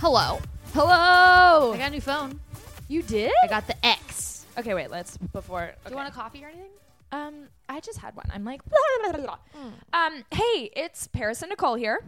Hello. I Hello. got a new phone. You did? I got the X. Okay, wait. Let's before. Do you want a coffee or anything? Um, I just had one. I'm like. Um, hey, it's Paris and Nicole here.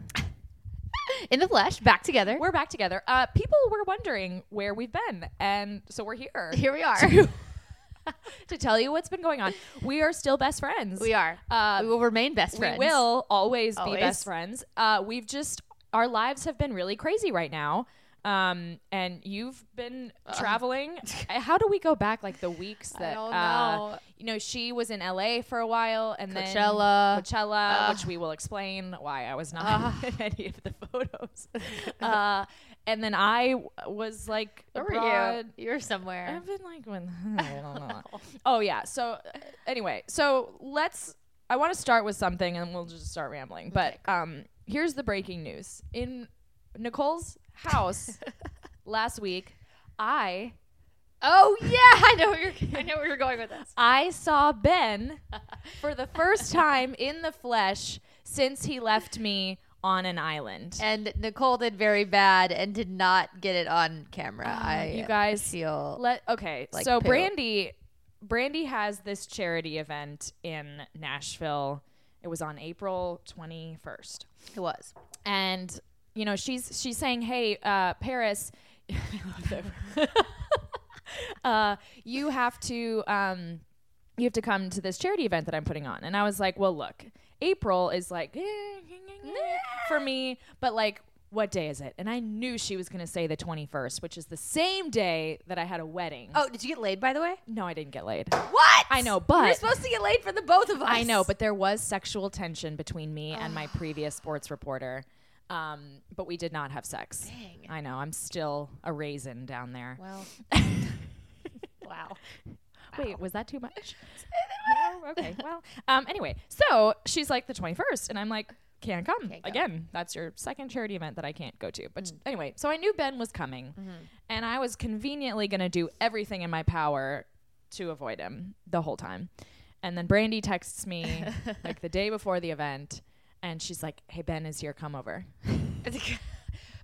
In the flesh, back together. We're back together. Uh, people were wondering where we've been, and so we're here Here we are. to tell you what's been going on. We are still best friends. we are. Uh, we will remain best friends. We will always, be Always. best friends. Uh, we've just our lives have been really crazy right now. Um, and you've been traveling. Uh, How do we go back like the weeks that don't uh, know. you know she was in LA for a while and Coachella. then Coachella, which we will explain why I was not in any of the photos. uh, and then I w- was like Where were abroad. you? You're somewhere. I've been like when I don't know. Oh yeah. So uh, anyway, so let's I want to start with something and we'll just start rambling. But um here's the breaking news. In Nicole's house last week, I Oh yeah, I know where you're. I know where you're going with this. I saw Ben for the first time in the flesh since he left me on an island. And Nicole did very bad and did not get it on camera. I you guys feel Let okay. Like so poo. Brandy, Brandy has this charity event in Nashville. It was on April twenty first, it was. and you know she's she's saying, "Hey, uh, Paris, I love that. uh, you have to." Um, you have to come to this charity event that I'm putting on. And I was like, well, look, April is like eh, for me, but like, what day is it? And I knew she was going to say the 21st, which is the same day that I had a wedding. Oh, did you get laid by the way? No, I didn't get laid. What? I know, we are but supposed to get laid for the both of us. I know, but there was sexual tension between me and my previous sports reporter. Um, but we did not have sex. Dang. I know. I'm still a raisin down there. well, wow. Wait, was that too much? Oh, okay. Well, um, anyway, so she's like the 21st, and I'm like, can't come. Can't go. Mm. Again, that's your second charity event that I can't go to. But anyway, so I knew Ben was coming, Mm-hmm. and I was conveniently going to do everything in my power to avoid him the whole time. And then Brandy texts me like the day before the event, and she's like, hey, Ben is here, come over.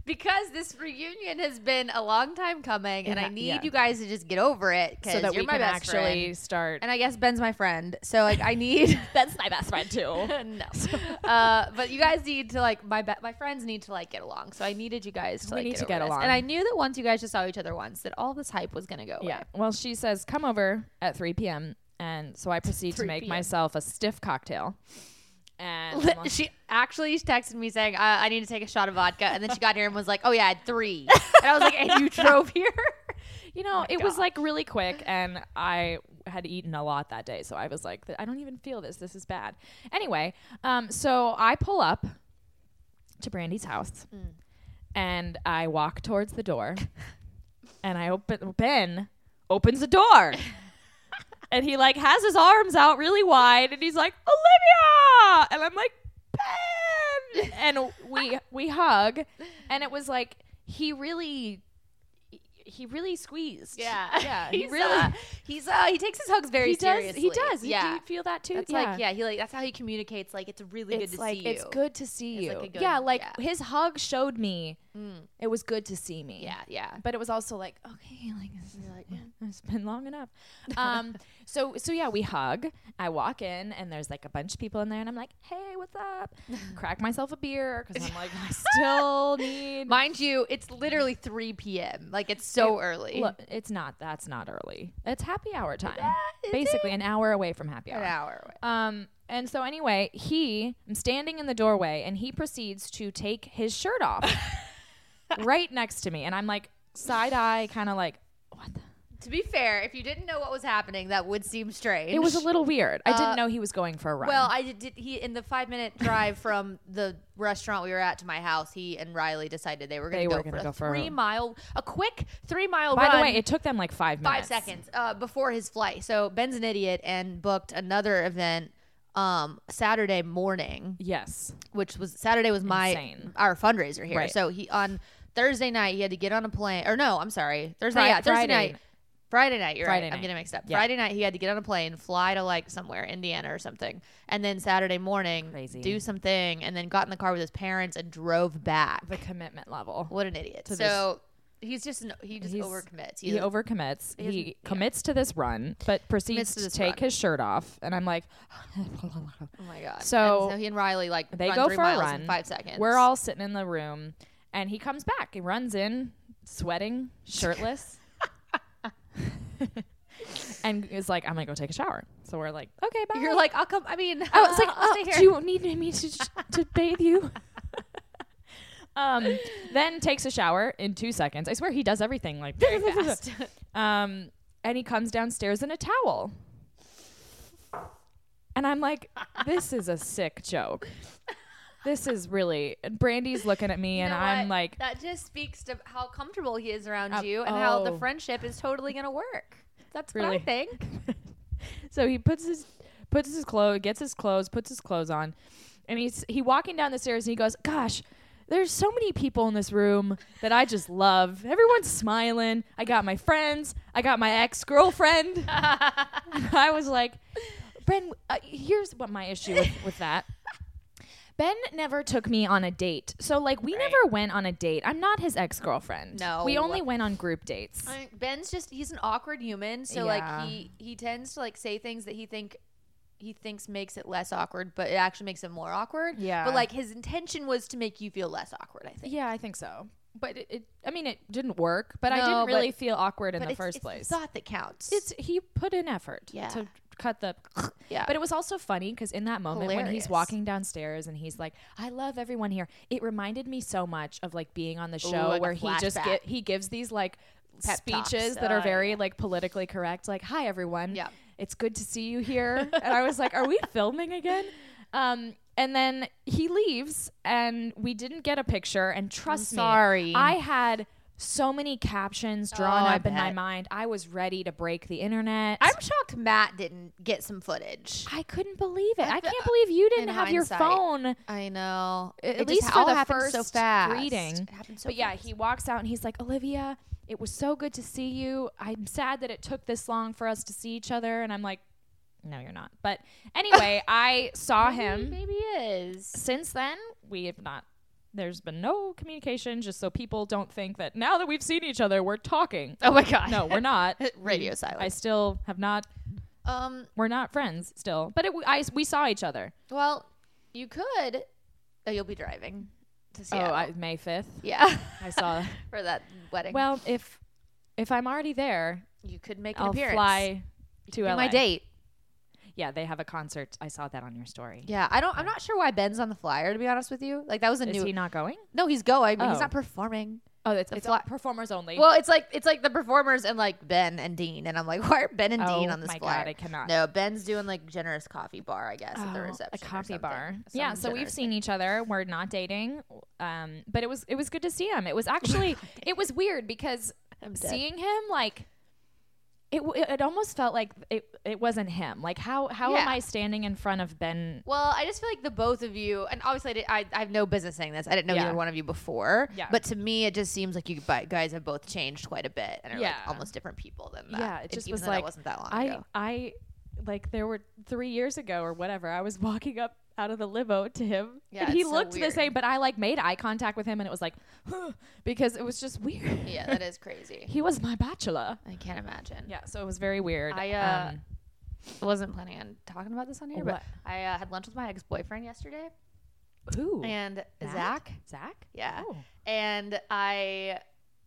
because this reunion has been a long time coming, and Yeah, I need yeah. you guys to just get over it because So that you're we my can best actually friend. start. And I guess Ben's my friend, so like I need. Ben's my best friend too. no, uh, but you guys need to like my be- my friends need to like get along. So I needed you guys to We like need get to over get this. along. And I knew that once you guys just saw each other once, that all this hype was gonna go away. Yeah. Well, she says, come over at 3 p.m. And so I proceed to 3 make p.m.. myself a stiff cocktail. And I'm Li- like, She actually texted me saying, I-, "I need to take a shot of vodka," and then she got here and was like, "Oh yeah, I had three. and I was like, "And you drove here?" Oh you know, it was like really quick. And I had eaten a lot that day. So I was like, I don't even feel this. This is bad. Anyway, um, so I pull up to Brandy's house Mm. and I walk towards the door. and I open, Ben opens the door. and he like has his arms out really wide and he's like olivia and i'm like ben and we we hug and it was like he really he really squeezed yeah he he's really uh, he's uh, he takes his hugs very he does seriously. he does yeah yeah. you feel that too That's like yeah, he like that's how he communicates. Like it's really it's good to like see you. it's good to see It's you like a good- yeah like yeah. Mm. his hug showed me it was good to see me Yeah, yeah. but it was also like okay like this is You're like, It's been long enough. Um, so so yeah, we hug. I walk in and there's like a bunch of people in there, and I'm like, hey, what's up? Crack myself a beer because I'm like, I still need. Mind you, it's literally 3 p.m. Like it's so early. Look, it's not. That's not early. It's happy hour time. is Basically, an hour away from happy hour. an hour. Away. Um, and so anyway, he I'm standing in the doorway and he proceeds to take his shirt off right next to me. And I'm like side eye, kind of like, what the To be fair, if you didn't know what was happening, that would seem strange. It was a little weird. I Uh, didn't know he was going for a run. Well, I did, did. He in the five minute drive from the restaurant we were at to my house, he and Riley decided they were going They to were go, gonna for, go a for a three run. mile, a quick three mile by run. the way, it took them like five five minutes. seconds uh, before his flight. So Ben's an idiot and booked another event um Saturday morning, Yes. which was Saturday was my Insane. our fundraiser here. Right. So he on Thursday night he had to get on a plane. Or no, I'm sorry, Thursday Fri- yeah, Thursday Friday night. night. Friday night, you're Friday right. night. I'm getting mixed up. Yeah. Friday night, he had to get on a plane, fly to like somewhere, Indiana or something, and then Saturday morning, Crazy. do something, and then got in the car with his parents and drove back. The commitment level. What an idiot! To So he's just an, he just He's- overcommits. he overcommits. He, doesn't- yeah. commits to this run, but proceeds Commits to to this take run. his shirt off. And I'm like, Oh my god! So- And he and Riley like they run go three for a miles run. in five seconds. We're all sitting in the room, and he comes back. He runs in, sweating, shirtless, and is like, "I'm gonna go take a shower." So we're like, "Okay, bye." You're like I'll come. I mean, I was like, I'll oh, stay here. do you need me to, to bathe you? um, then takes a shower in two seconds. I swear he does everything like very fast. um, and he comes downstairs in a towel. And I'm like, this is a sick joke. This is really. And Brandy's looking at me, You and know I'm what? like, that just speaks to how comfortable he is around Uh, you and how the oh. friendship is totally gonna work. That's what Really. I think. so he puts his puts his clothes, gets his clothes, puts his clothes on, and he's he walking down the stairs and he goes, "Gosh, there's so many people in this room that I just love. Everyone's smiling. I got my friends. I got my ex girlfriend. I was like, Ben, uh, here's what my issue with, with that." Ben never took me on a date. So, like, we never went on a date. I'm not his ex girlfriend. No. We only went on group dates. I mean, Ben's just he's an awkward human, so Yeah. like he he tends to like say things that he think he thinks makes it less awkward, but it actually makes it more awkward. Yeah. But like his intention was to make you feel less awkward, I think. Yeah, I think so. But it, it I mean, it didn't work. But I No, didn't but- really feel awkward in but the it's, first it's place. the thought that counts. it's he put in effort Yeah. to cut the. Yeah. But it was also funny because in that moment when he's Hilarious. walking downstairs and he's like, "I love everyone here." It reminded me so much of like being on the show like a where he just flashback. get he gives these like. Pep speeches talks. that are Oh, very like politically correct like hi everyone Yeah. it's good to see you here and i was like are we filming again um and then he leaves and we didn't get a picture and trust me sorry. i had so many captions drawn Oh, I up in my bet. mind i was ready to break the internet I'm shocked Matt didn't get some footage. I couldn't believe it. I the- can't believe you didn't in have your hindsight. phone. I know. At It just least ha- for all the happened so first fast. greeting. It happened so but yeah, fast. he walks out and he's like, Olivia, it was so good to see you. I'm sad that it took this long for us to see each other. And I'm like, no, you're not. But anyway, I saw him. Mm, Maybe is. Since then, we have not. There's been no communication, just so people don't think that now that we've seen each other, we're talking. Oh my god. No, we're not. Radio I silence. still have not. Um We're not friends still. But it, I, we saw each other. well, you could oh, you'll be driving to Seattle. Oh, I, May 5th. yeah. I saw. for that wedding. well, if if I'm already there, you could make an I'll appearance. fly to Be LA. my date. Yeah, they have a concert. I saw that on your story. Yeah, I don't. I'm not sure why Ben's on the flyer. To be honest with you, like that was a Is new. he not going? no, he's going, Oh. but he's not performing. Oh, it's, it's fly- performers only. Well, it's like it's like the performers and like Ben and Dean, and I'm like, why are Ben and Dean Oh on this my God, flyer? I cannot. No, Ben's doing like generous coffee bar, I guess, at the Oh, reception. a or coffee something. bar. Some yeah, so we've generous seen each other. We're not dating, um, but it was it was good to see him. It was actually it was weird because dead. seeing him like it w- it almost felt like it it wasn't him. Like how how am Yeah. I standing in front of Ben? Well, I just feel like the both of you, and obviously I, did, I, I have no business saying this. I didn't know Yeah. either one of you before. Yeah. But to me, it just seems like you bu- guys have both changed quite a bit and are Yeah. like almost different people than that. Yeah, it And just even was though that like wasn't that long I ago. I like there were three years ago or whatever. I was walking up out of the limo to him, Yeah, and he it's so looked the weird. same. But I like made eye contact with him, and it was like because it was just weird. Yeah, that is crazy. he was my bachelor. I can't imagine. Yeah, so it was very weird. Um, I, uh, I wasn't planning on talking about this on here, What? but I uh, had lunch with my ex boyfriend yesterday who and Matt? Zach. Zach? Yeah. Oh. And I,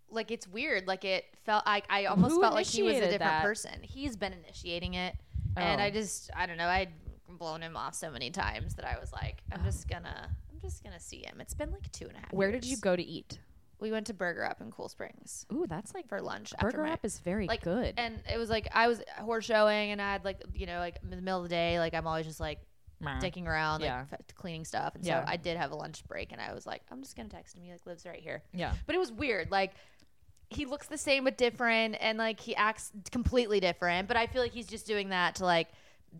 like, it's weird. Like, it felt, I, I almost Who felt like he was a initiated different that? person. He's been initiating it. And Oh. I just, I don't know, I'd blown him off so many times that I was like, I'm just gonna, I'm just gonna see him. It's been like two and a half Oh. Where did you years. go to eat? we went to Burger Up in Cool Springs Ooh, that's like for lunch. after Burger my, Up is very like good. and it was like I was horse showing, and I had like you know like in the middle of the day, like I'm always just like Meh. dicking around, like Uh-huh. Yeah. f- cleaning stuff, and Yeah. so I did have a lunch break, and I was like, I'm just gonna text him. He like lives right here. yeah. But it was weird. Like he looks the same but different and like he acts completely different. But I feel like he's just doing that to like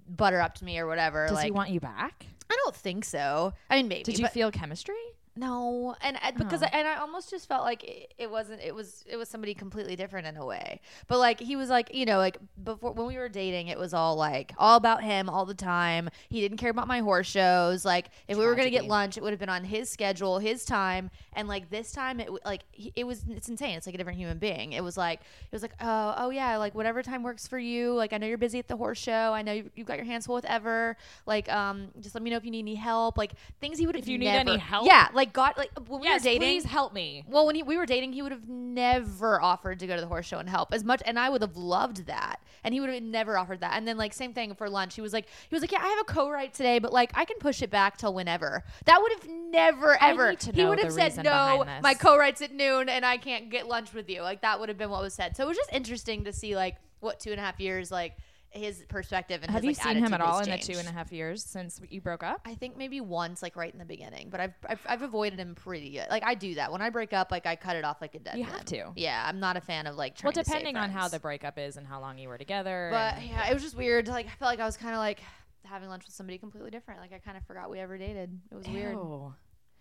butter up to me or whatever. Does like he want you back? I don't think so. I mean maybe Did you but feel chemistry? no. And I, because Oh. I, and I almost just felt like it, it wasn't it was it was somebody completely different in a way. But like he was like, you know, like before when we were dating it was all like all about him all the time. He didn't care about my horse shows. Like if we were going to get Tragedy. lunch it would have been on his schedule his time and like this time it w- like he- it was it's insane it's like a different human being it was like it was like oh oh yeah like whatever time works for you like i know you're busy at the horse show i know you- you've got your hands full with ever like um just let me know if you need any help like things he would have If you need any help? yeah like got like when Yes, we were dating please help me. well, when he, we were dating, he would have never offered to go to the horse show and help as much, and I would have loved that, and he would have never offered that. And then like same thing for lunch, he was like, he was like, yeah, I have a co-write today, but like I can push it back till whenever. That would have never I ever. need to he know would have the said reason no. behind this. My co-writes at noon, and I can't get lunch with you. Like that would have been what was said. So it was just interesting to see like what two and a half years like his perspective and Have you his, like, seen him at attitude all has in the two and changed. a half years since you broke up? I think maybe once, like right in the beginning, but I've, I've I've avoided him pretty good. Like I do that when I break up, like I cut it off like a dead. You have man. to. Yeah, I'm not a fan of like. Trying Well, to stay depending on how friends. the breakup is and how long you were together. But and- yeah, it was just weird. Like I felt like I was kind of like having lunch with somebody completely different. Like I kind of forgot we ever dated. It was weird. Ew.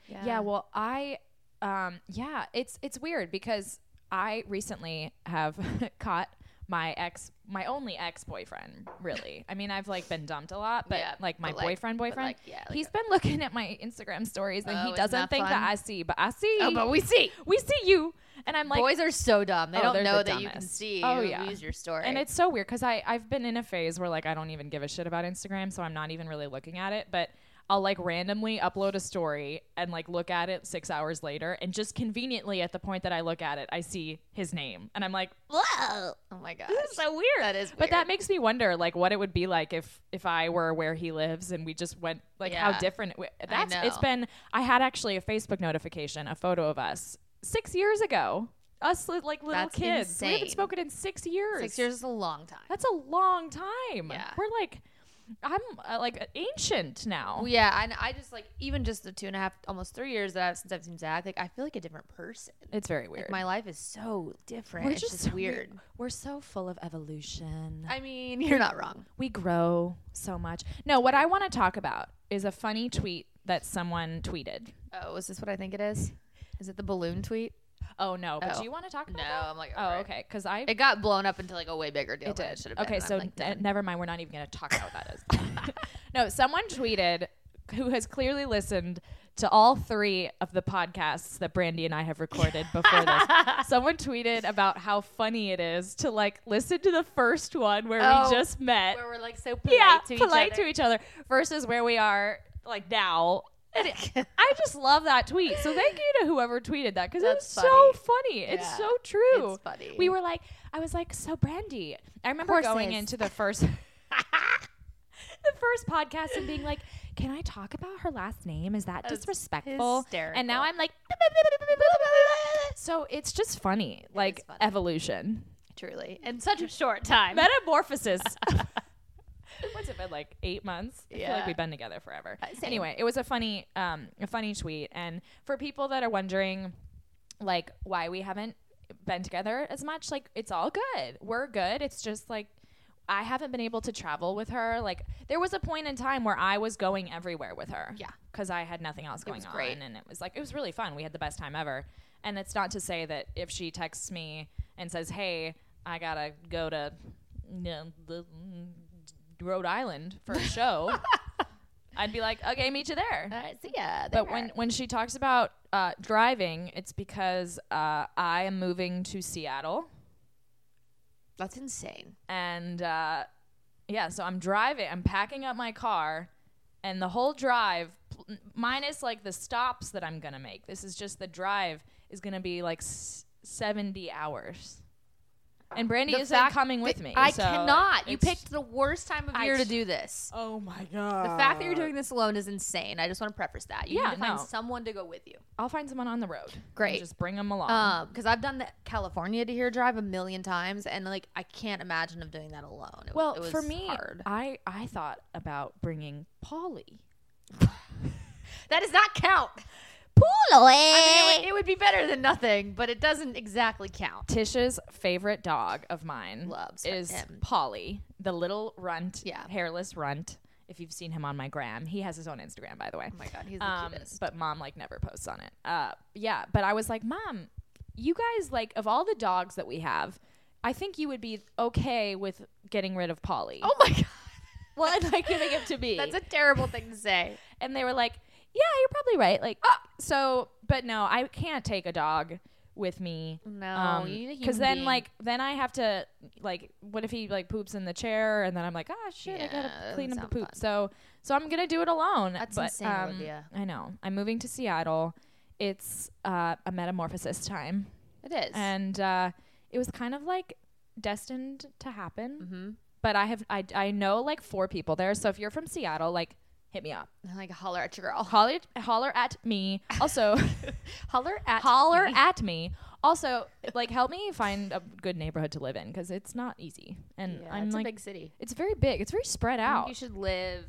Yeah. well, I um yeah, it's it's weird because I recently have caught my ex my only ex-boyfriend, really. I mean, I've like been dumped a lot, but Yeah, like my but, like- boyfriend but, boyfriend, like, yeah, like he's been looking at my Instagram stories and Oh, he isn't doesn't that think that fun? I see, but I see. Oh, but we see. we see you. And I'm like Boys are so dumb. They Oh, don't they're know the that you can dumbest. see. Oh, who yeah. views your story. And it's so weird because I I've been in a phase where like I don't even give a shit about Instagram, so I'm not even really looking at it. But I'll like randomly upload a story and like look at it six hours later, and just conveniently at the point that I look at it, I see his name, and I'm like, whoa. Oh my gosh. this is so weird. That is But that weird. makes me wonder like what it would be like if if I were where he lives and we just went like how Yeah. different. It w- that's it's know. been. I had actually a Facebook notification, a photo of us six years ago. Us li- like little That's kids. We haven't insane. spoken in six years. Six years is a long time. That's a long time. Yeah. We're like, I'm uh, like ancient now. Well, yeah, and I just like even just the two and a half, almost three years that I've, since I've seen Zach, like I feel like a different person. it's very weird. Like my life is so different. We're it's just, just, so weird. We're so full of evolution. I mean, you're not wrong. we grow so much. No, what I want to talk about is a funny tweet that someone tweeted. Oh, is this what I think it is? Is it the balloon tweet? Oh no, but Oh. do you want to talk about No, that? I'm like, Oh, over it. okay, because I It got blown up into like a way bigger deal. It than did. should have okay, been. so I'm like, n- done. never mind. We're not even going to talk about that. Is. no, someone tweeted who has clearly listened to all three of the podcasts that Brandy and I have recorded before this. Someone tweeted about how funny it is to like listen to the first one where Oh, we just met. where we're like so polite yeah, to each polite other. to each other versus where we are like now. And it- I just love that tweet. So thank you to whoever tweeted that because That's it's so funny. funny. It's Yeah, so true. it's funny. We were like, I was like, so Brandy. I remember going Horses. into the first, the first podcast and being like, can I talk about her last name? Is that disrespectful? And now hysterical. I'm like, so it's just funny, like funny. evolution, truly in such a short time. metamorphosis. What's it been like eight months? I feel like Yeah. Uh, we've been together forever. same. anyway, it was a funny, um, a funny tweet, and for people that are wondering, like, why we haven't been together as much, like, it's all good. We're good. It's just like. I haven't been able to travel with her. Like there was a point in time where I was going everywhere with her. Yeah. Cuz I had nothing else going was on great. and it was like it was really fun. We had the best time ever. And it's not to say that if she texts me and says, "Hey, I got to go to you know, the mm, Rhode Island for a show." I'd be like, "Okay, meet you there." All right, Uh, so yeah, But when, when she talks about uh, driving, it's because uh, I am moving to Seattle that's insane. and uh, yeah, so I'm driving. I'm packing up my car, and the whole drive, pl- minus like the stops that I'm gonna make. This is just the drive is gonna be like s- 70 hours. And Brandy The is fact coming that- with me. I so cannot. You it's- picked the worst time of I year to ch- do this. Oh my god. The fact that you're doing this alone is insane. I just want to preface that. You Yeah, need to find no. someone to go with you. I'll find someone on the road. and Great. Just bring them along. Um, because I've done the California to here drive a million times, and like I can't imagine of doing that alone. It, well, it was for me, hard. I I thought about bringing Polly. that does not count. I mean, it would, it would be better than nothing, but it doesn't exactly count. Tisha's favorite dog of mine Loves her- is him. Polly, the little runt, Yeah. hairless runt. If you've seen him on my gram, he has his own Instagram, by the way. Oh my god, he's the um, cutest. but mom like never posts on it. Uh, yeah, but I was like, mom, you guys like of all the dogs that we have, I think you would be okay with getting rid of Polly. Oh my god, what like giving him to me? that's a terrible thing to say. and they were like, yeah, you're probably right. Like, Ah! so, but no, I can't take a dog with me. um, No, you need a because human then being. like then I have to like, what if he like poops in the chair and then I'm like, ah, shit, I Yeah, gotta clean up doesn't the sound poop. fun. So, so I'm gonna do it alone. That's but, insane, um, Olivia. I know. I'm moving to Seattle. It's uh, a metamorphosis time, It is. and uh, it was kind of like destined to happen. Mm-hmm. But I have I I know like four people there. So if you're from Seattle, like hit me up like holler at your girl. holler holler at me also Holler at holler at me also like help me find a good neighborhood to live in because it's not easy and Yeah, i'm it's like a big city. it's very big it's very spread I think out You should live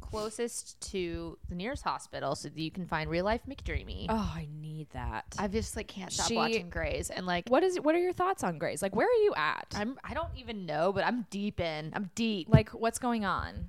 closest to the nearest hospital so that you can find real life McDreamy. oh i need that I just like can't stop She- watching Grays and like what is what are your thoughts on grace like where are you at I'm I don't even know, but I'm deep in. I'm deep. Like like what's going on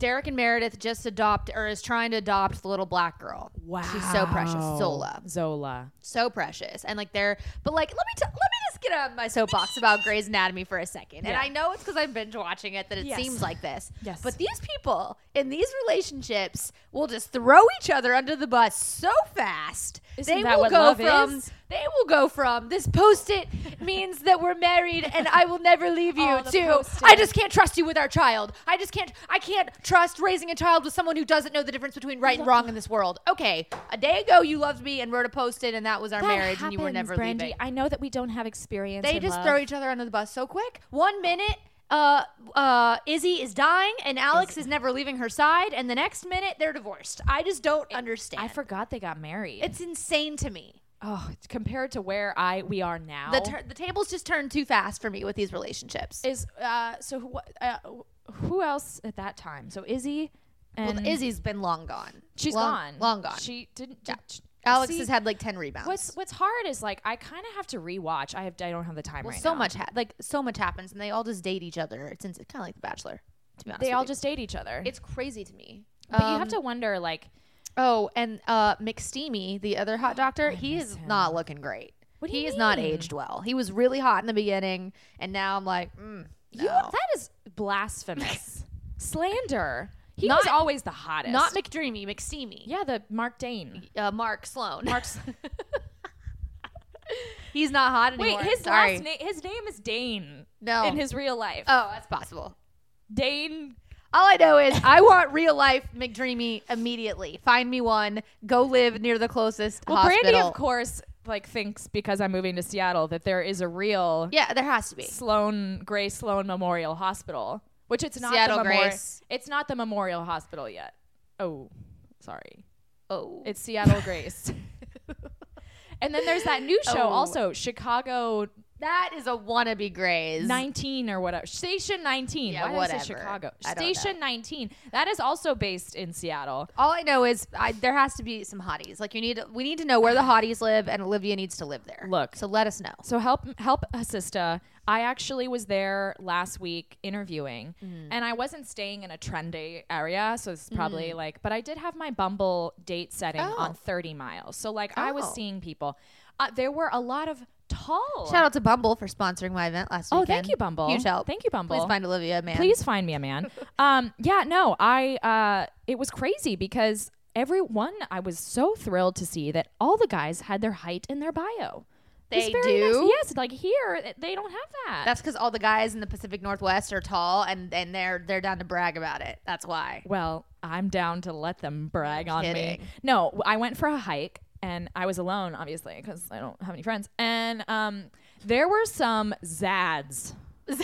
Derek and Meredith just adopt or is trying to adopt the little black girl. She's so precious. Oh. Zola. zola So precious. And like they're but like let me t- let me just get out of my soapbox about Grey's Anatomy for a second. And Yeah. I know it's because I've binge watching it that it Yes. seems like this. Yes. But these people in these relationships will just throw each other under the bus so fast. Isn't they that will what go love from is? they will go from this post-it means that we're married and I will never leave you Oh, the to Post-it. I just can't trust you with our child. I just can't I can't trust raising a child with someone who doesn't know the difference between right and wrong in this world. Okay. A day ago you loved me and wrote a post-it and that was our That marriage and you were happens, never Brandy. leaving. i know that we don't have experience They in just love. throw each other under the bus so quick. One minute uh, uh, Izzy is dying and Alex is never leaving her side, and the next minute they're divorced. I just don't understand. i forgot they got married it's insane to me. oh it's compared to where i we are now The, tur the tables just turn too fast for me with these relationships. is uh so who uh, who else at that time so izzy and well, Izzy's been long gone. she's Long- gone Long gone. she didn't did- Alex see, has had like ten rebounds. what's what's hard is like i kind of have to rewatch i have i don't have the time well, right so now. much ha- like so much happens, and they all just date each other. It's, kind of like The Bachelor. To be honest, they with all you. just date each other it's um, crazy to me. but you have to wonder like Oh, and uh, McSteamy, the other hot doctor, he is not looking great. What do he you is not mean? aged well. He was really hot in the beginning, and now I'm like, mm, you no. that is blasphemous slander he Not- was always the hottest not McDreamy, McSteamy. yeah the mark dane Uh, Mark Sloan. Mark's. He's not hot wait anymore. his Sorry. last name his name is dane No. in his real life Oh, that's possible. dane All I know is I want real life McDreamy immediately. Find me one. Go live near the closest Well, hospital. Brandy, of course, like thinks because I'm moving to Seattle that there is a real Yeah, there has to be. Sloan Gray Sloan Memorial Hospital, which it's not. Seattle the memori- Grace. It's not the Memorial Hospital yet. Oh, sorry. Oh, It's Seattle Grace. and then there's that new show Oh. also, Chicago that is a wannabe Grays. 19 or whatever. Station 19. Why Yeah, did I say whatever. Chicago? I don't know. Station 19. That is also based in Seattle. All I know is I, there has to be some hotties. Like you need, we need to know where the hotties live, and Olivia needs to live there. Look. so let us know. So help help Assista. I actually was there last week interviewing, Mm-hmm. and I wasn't staying in a trendy area, so it's probably like. But I did have my Bumble date setting Mm-hmm. Oh. on Thirty Miles, so like I Oh. was seeing people. Uh, there were a lot of tall. Shout out to Bumble for sponsoring my event last Oh, weekend. thank you, Bumble. Huge help. Thank you, Bumble. Please find Olivia, man. Please find me a man. um, yeah, no, I. Uh, it was crazy because everyone I was so thrilled to see that all the guys had their height in their bio. It was They very nice. do? Yes, like here they don't have that. That's because all the guys in the Pacific Northwest are tall, and and they're they're down to brag about it. That's why. Well, I'm down to let them brag on kidding. me. No, I went for a hike and I was alone, obviously, because I don't have any friends. And um, There were some zads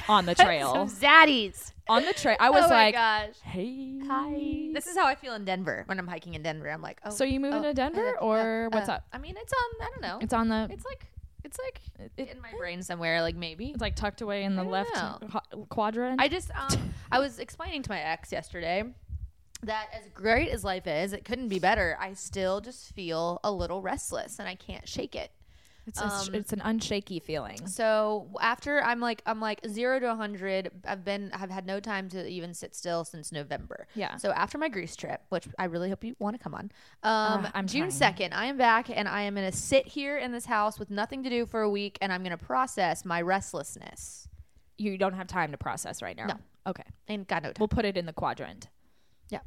on the trail. Some zaddies. on the trail, I was oh like, my gosh. "Hey, This is how I feel in Denver when I'm hiking in Denver. I'm like, oh. So you moving oh, to Denver uh, or uh, what's uh, up? I mean, it's on. I don't know. It's on the. It's like it's like it- in my brain somewhere. Like maybe. It's like tucked away in the I don't left know. ho- quadrant. I just um I was explaining to my ex yesterday that as great as life is, it couldn't be better. I still just feel a little restless and I can't shake it. it's, a sh um, it's an unshaky feeling. So after I'm like I'm like zero to hundred. I've been I've had no time to even sit still since November. Yeah. So after my Greece trip, which I really hope you want to come on, um, Ugh, I'm June trying. second, I am back and I am gonna sit here in this house with nothing to do for a week and I'm gonna process my restlessness. You don't have time to process right now. No. Okay. And got no time. We'll put it in the quadrant. Yeah.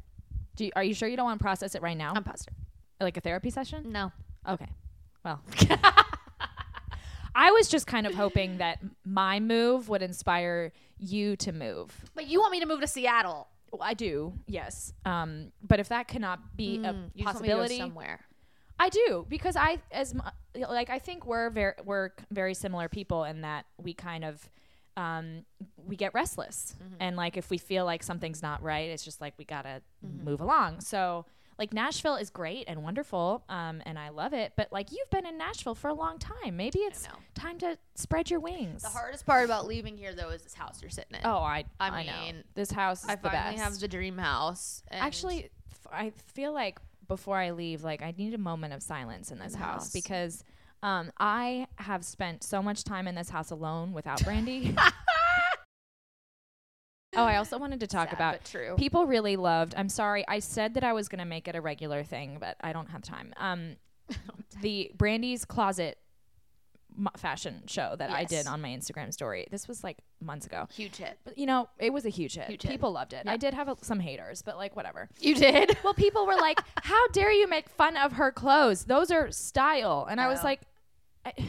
Do you, are you sure you don't want to process it right now? I'm positive. like a therapy session? No. Okay. Well. I was just kind of hoping that my move would inspire you to move. But you want me to move to Seattle. Well, I do, yes. Um, but if that cannot be a You just want me to go possibility, somewhere. I do because I as mu- like I think we're very we're c- very similar people in that we kind of um, we get restless Mm-hmm. and like if we feel like something's not right, it's just like we gotta Mm-hmm. move along. So like Nashville is great and wonderful, um, and I love it. But like you've been in Nashville for a long time, maybe it's know. time to spread your wings. The hardest part about leaving here though is this house you're sitting in. oh, I I, I know mean, this house is I the finally best. have the dream house. and- Actually, f- I feel like before I leave, like I need a moment of silence in this house, house. because um, I have spent so much time in this house alone without Brandy. oh, I also wanted to talk Sad, about but true. people really loved. I'm sorry, I said that I was going to make it a regular thing, but I don't have time. Um, the Brandy's closet. mo- Fashion show that I Yes. did on my Instagram story. This was like months ago. huge hit. But, you know, it was a huge hit. Huge hit. People loved it. I did have a, some haters, but like whatever. You did. Well, people were like, "How dare you make fun of her clothes? Those are style." And I was Oh. like, I, "You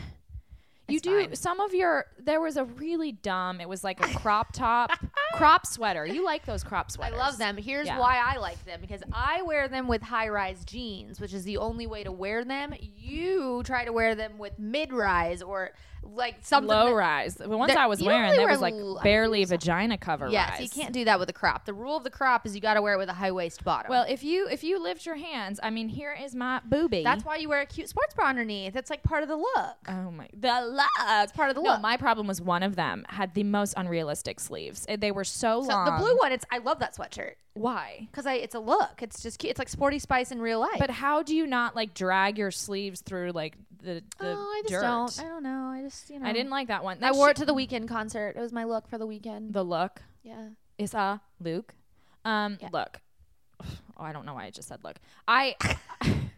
It's do fine. some of your." There was a really dumb. It was like a crop top, crop sweater. You like those crop I sweaters? love them. Here's Yeah. why I like them because I wear them with high rise jeans, which is the only way to wear them. You try to wear them with mid rise or like something. Low that- rise. The ones They're- I was you don't wearing, really that wear was like l- I barely vagina cover Yeah, rise. so you can't do that with a crop. The rule of the crop is you got to wear it with a high waist bottom. Well, if you if you lift your hands, I mean, here is my boobie. that's why you wear a cute sports bra underneath. That's like part of the look. Oh my! The look. It's part of the no, look. my problem was one of them had the most unrealistic sleeves. Eh, They were so, So long. the blue one, it's I love that sweatshirt. Why? Cause I, it's a look. It's just cute. It's like sporty spice in real life. But how do you not like drag your sleeves through like the the oh, I just dirt? don't. I don't know. I just you know. I didn't like that one. I That wore it shit- to the weekend concert. It was my look for the weekend. the look yeah. is a Luke. Um, look. Oh, I don't know why I just said look. I,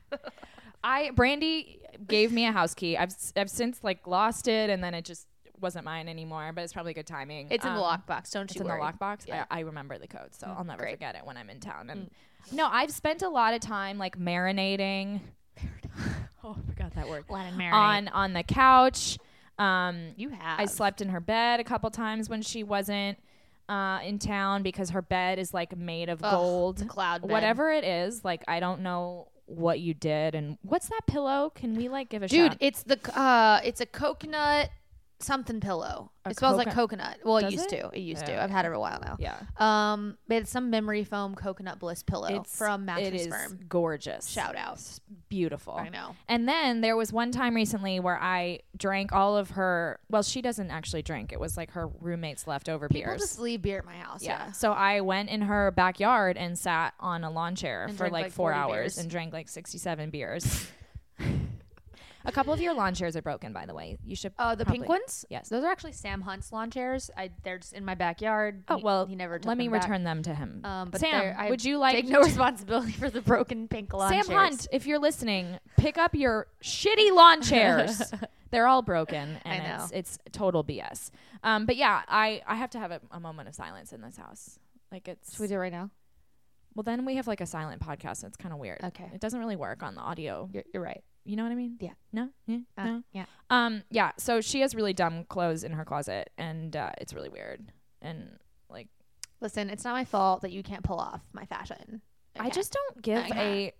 I Brandy gave me a house key. I've s- I've since like lost it, and then it just wasn't mine anymore. But it's probably good timing. It's in the Um, lockbox. Don't It's you in worry. the lockbox. Yeah. Mm, I, I remember the code, so I'll never forget it when I'm in town. And no, I've spent a lot of time like marinating. oh, I forgot that word. Let it marinate. on on the couch. Um, You have. I slept in her bed a couple times when she wasn't uh, in town because her bed is like made of Ugh, gold, the cloud bed. whatever it is. Like I don't know what you did and what's that pillow? Can we like give a Dude, shout? it's the c- uh, it's a coconut something pillow. it smells like coconut. Well, it Does used it? to. It used Yeah. to. I've had it for a while now. Yeah. Um, but it's some memory foam coconut bliss pillow It's from Mattress it is Firm. gorgeous. Shout out. beautiful. I know. And then there was one time recently where I drank all of her. Well, she doesn't actually drink. It was like her roommate's leftover People beers. just leave beer at my house. yeah. Yeah. So I went in her backyard and sat on a lawn chair for drank, like, like, four 40 hours beers. and drank like sixty-seven beers. a couple of your lawn chairs are broken, by the way. You should. Oh, the probably- pink ones. Yes. Those are actually Sam Hunt's lawn chairs. I they're just in my backyard. Oh He- well, he never. Took let me them back. return them to him. Um, but Sam, they're- I would you like take no responsibility for the broken pink lawn Sam chairs. Hunt, if you're listening, pick up your shitty lawn chairs. They're all broken, and I know. it's it's total BS. Um, but yeah, I I have to have a, a moment of silence in this house. Like it's Should we do it right now? well, then we have like a silent podcast. And it's kind of weird. Okay. it doesn't really work on the audio. You're, you're right. You know what I mean? Yeah. No. Yeah. Uh, no. Yeah. Um. Yeah. So she has really dumb clothes in her closet, and uh, it's really weird. And like, Listen, it's not my fault that you can't pull off my fashion. I just don't give a